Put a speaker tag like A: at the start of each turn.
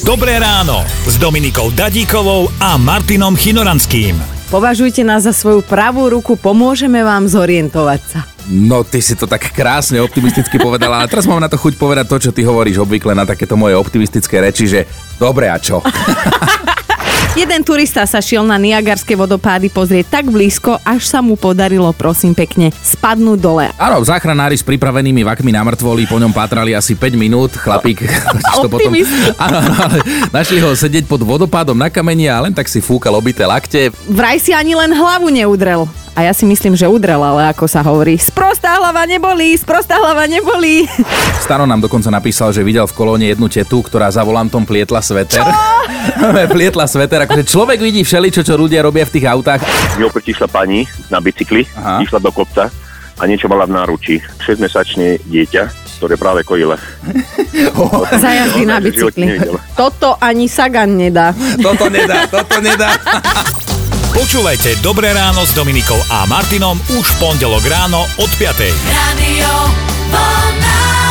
A: Dobré ráno s Dominikou Dadíkovou a Martinom Chinoranským.
B: Považujte nás za svoju pravú ruku, pomôžeme vám zorientovať sa.
C: No ty si to tak krásne optimisticky povedala a teraz mám na to chuť povedať to, čo ty hovoríš obvykle na takéto moje optimistické reči, že dobre a čo?
B: Jeden turista sa šiel na Niagarské vodopády pozrieť tak blízko, až sa mu podarilo, prosím pekne, spadnúť dole.
C: Áno, záchranári s pripravenými vakmi na mŕtvoli po ňom pátrali asi 5 minút, chlapík. čo
B: Optimista.
C: Áno, áno, ale našli ho sedieť pod vodopádom na kameni a len tak si fúkal obité lakte.
B: Vraj si ani len hlavu neudrel. A ja si myslím, že udrel, ale ako sa hovorí, sprostá hlava nebolí, sprostá hlava nebolí.
C: Stano nám dokonca napísal, že videl v kolóne jednu tetu, ktorá za volantom plietla sveter. plietla sveter, akože človek vidí všeličo, čo ľudia robia v tých autách.
D: Mňou prišla pani na bicykli,
C: Aha.
D: Aha. išla do kopca a niečo mala v náručí. 6-mesačné dieťa, ktoré práve kojila.
B: Za jazdy na
D: Ona v živote
B: bicykli.
D: nevidela.
B: Toto ani Sagan nedá.
C: Toto nedá, toto nedá.
A: Počúvajte Dobré ráno s Dominikou a Martinom už v pondelok ráno od 5.
E: Radio Vlna.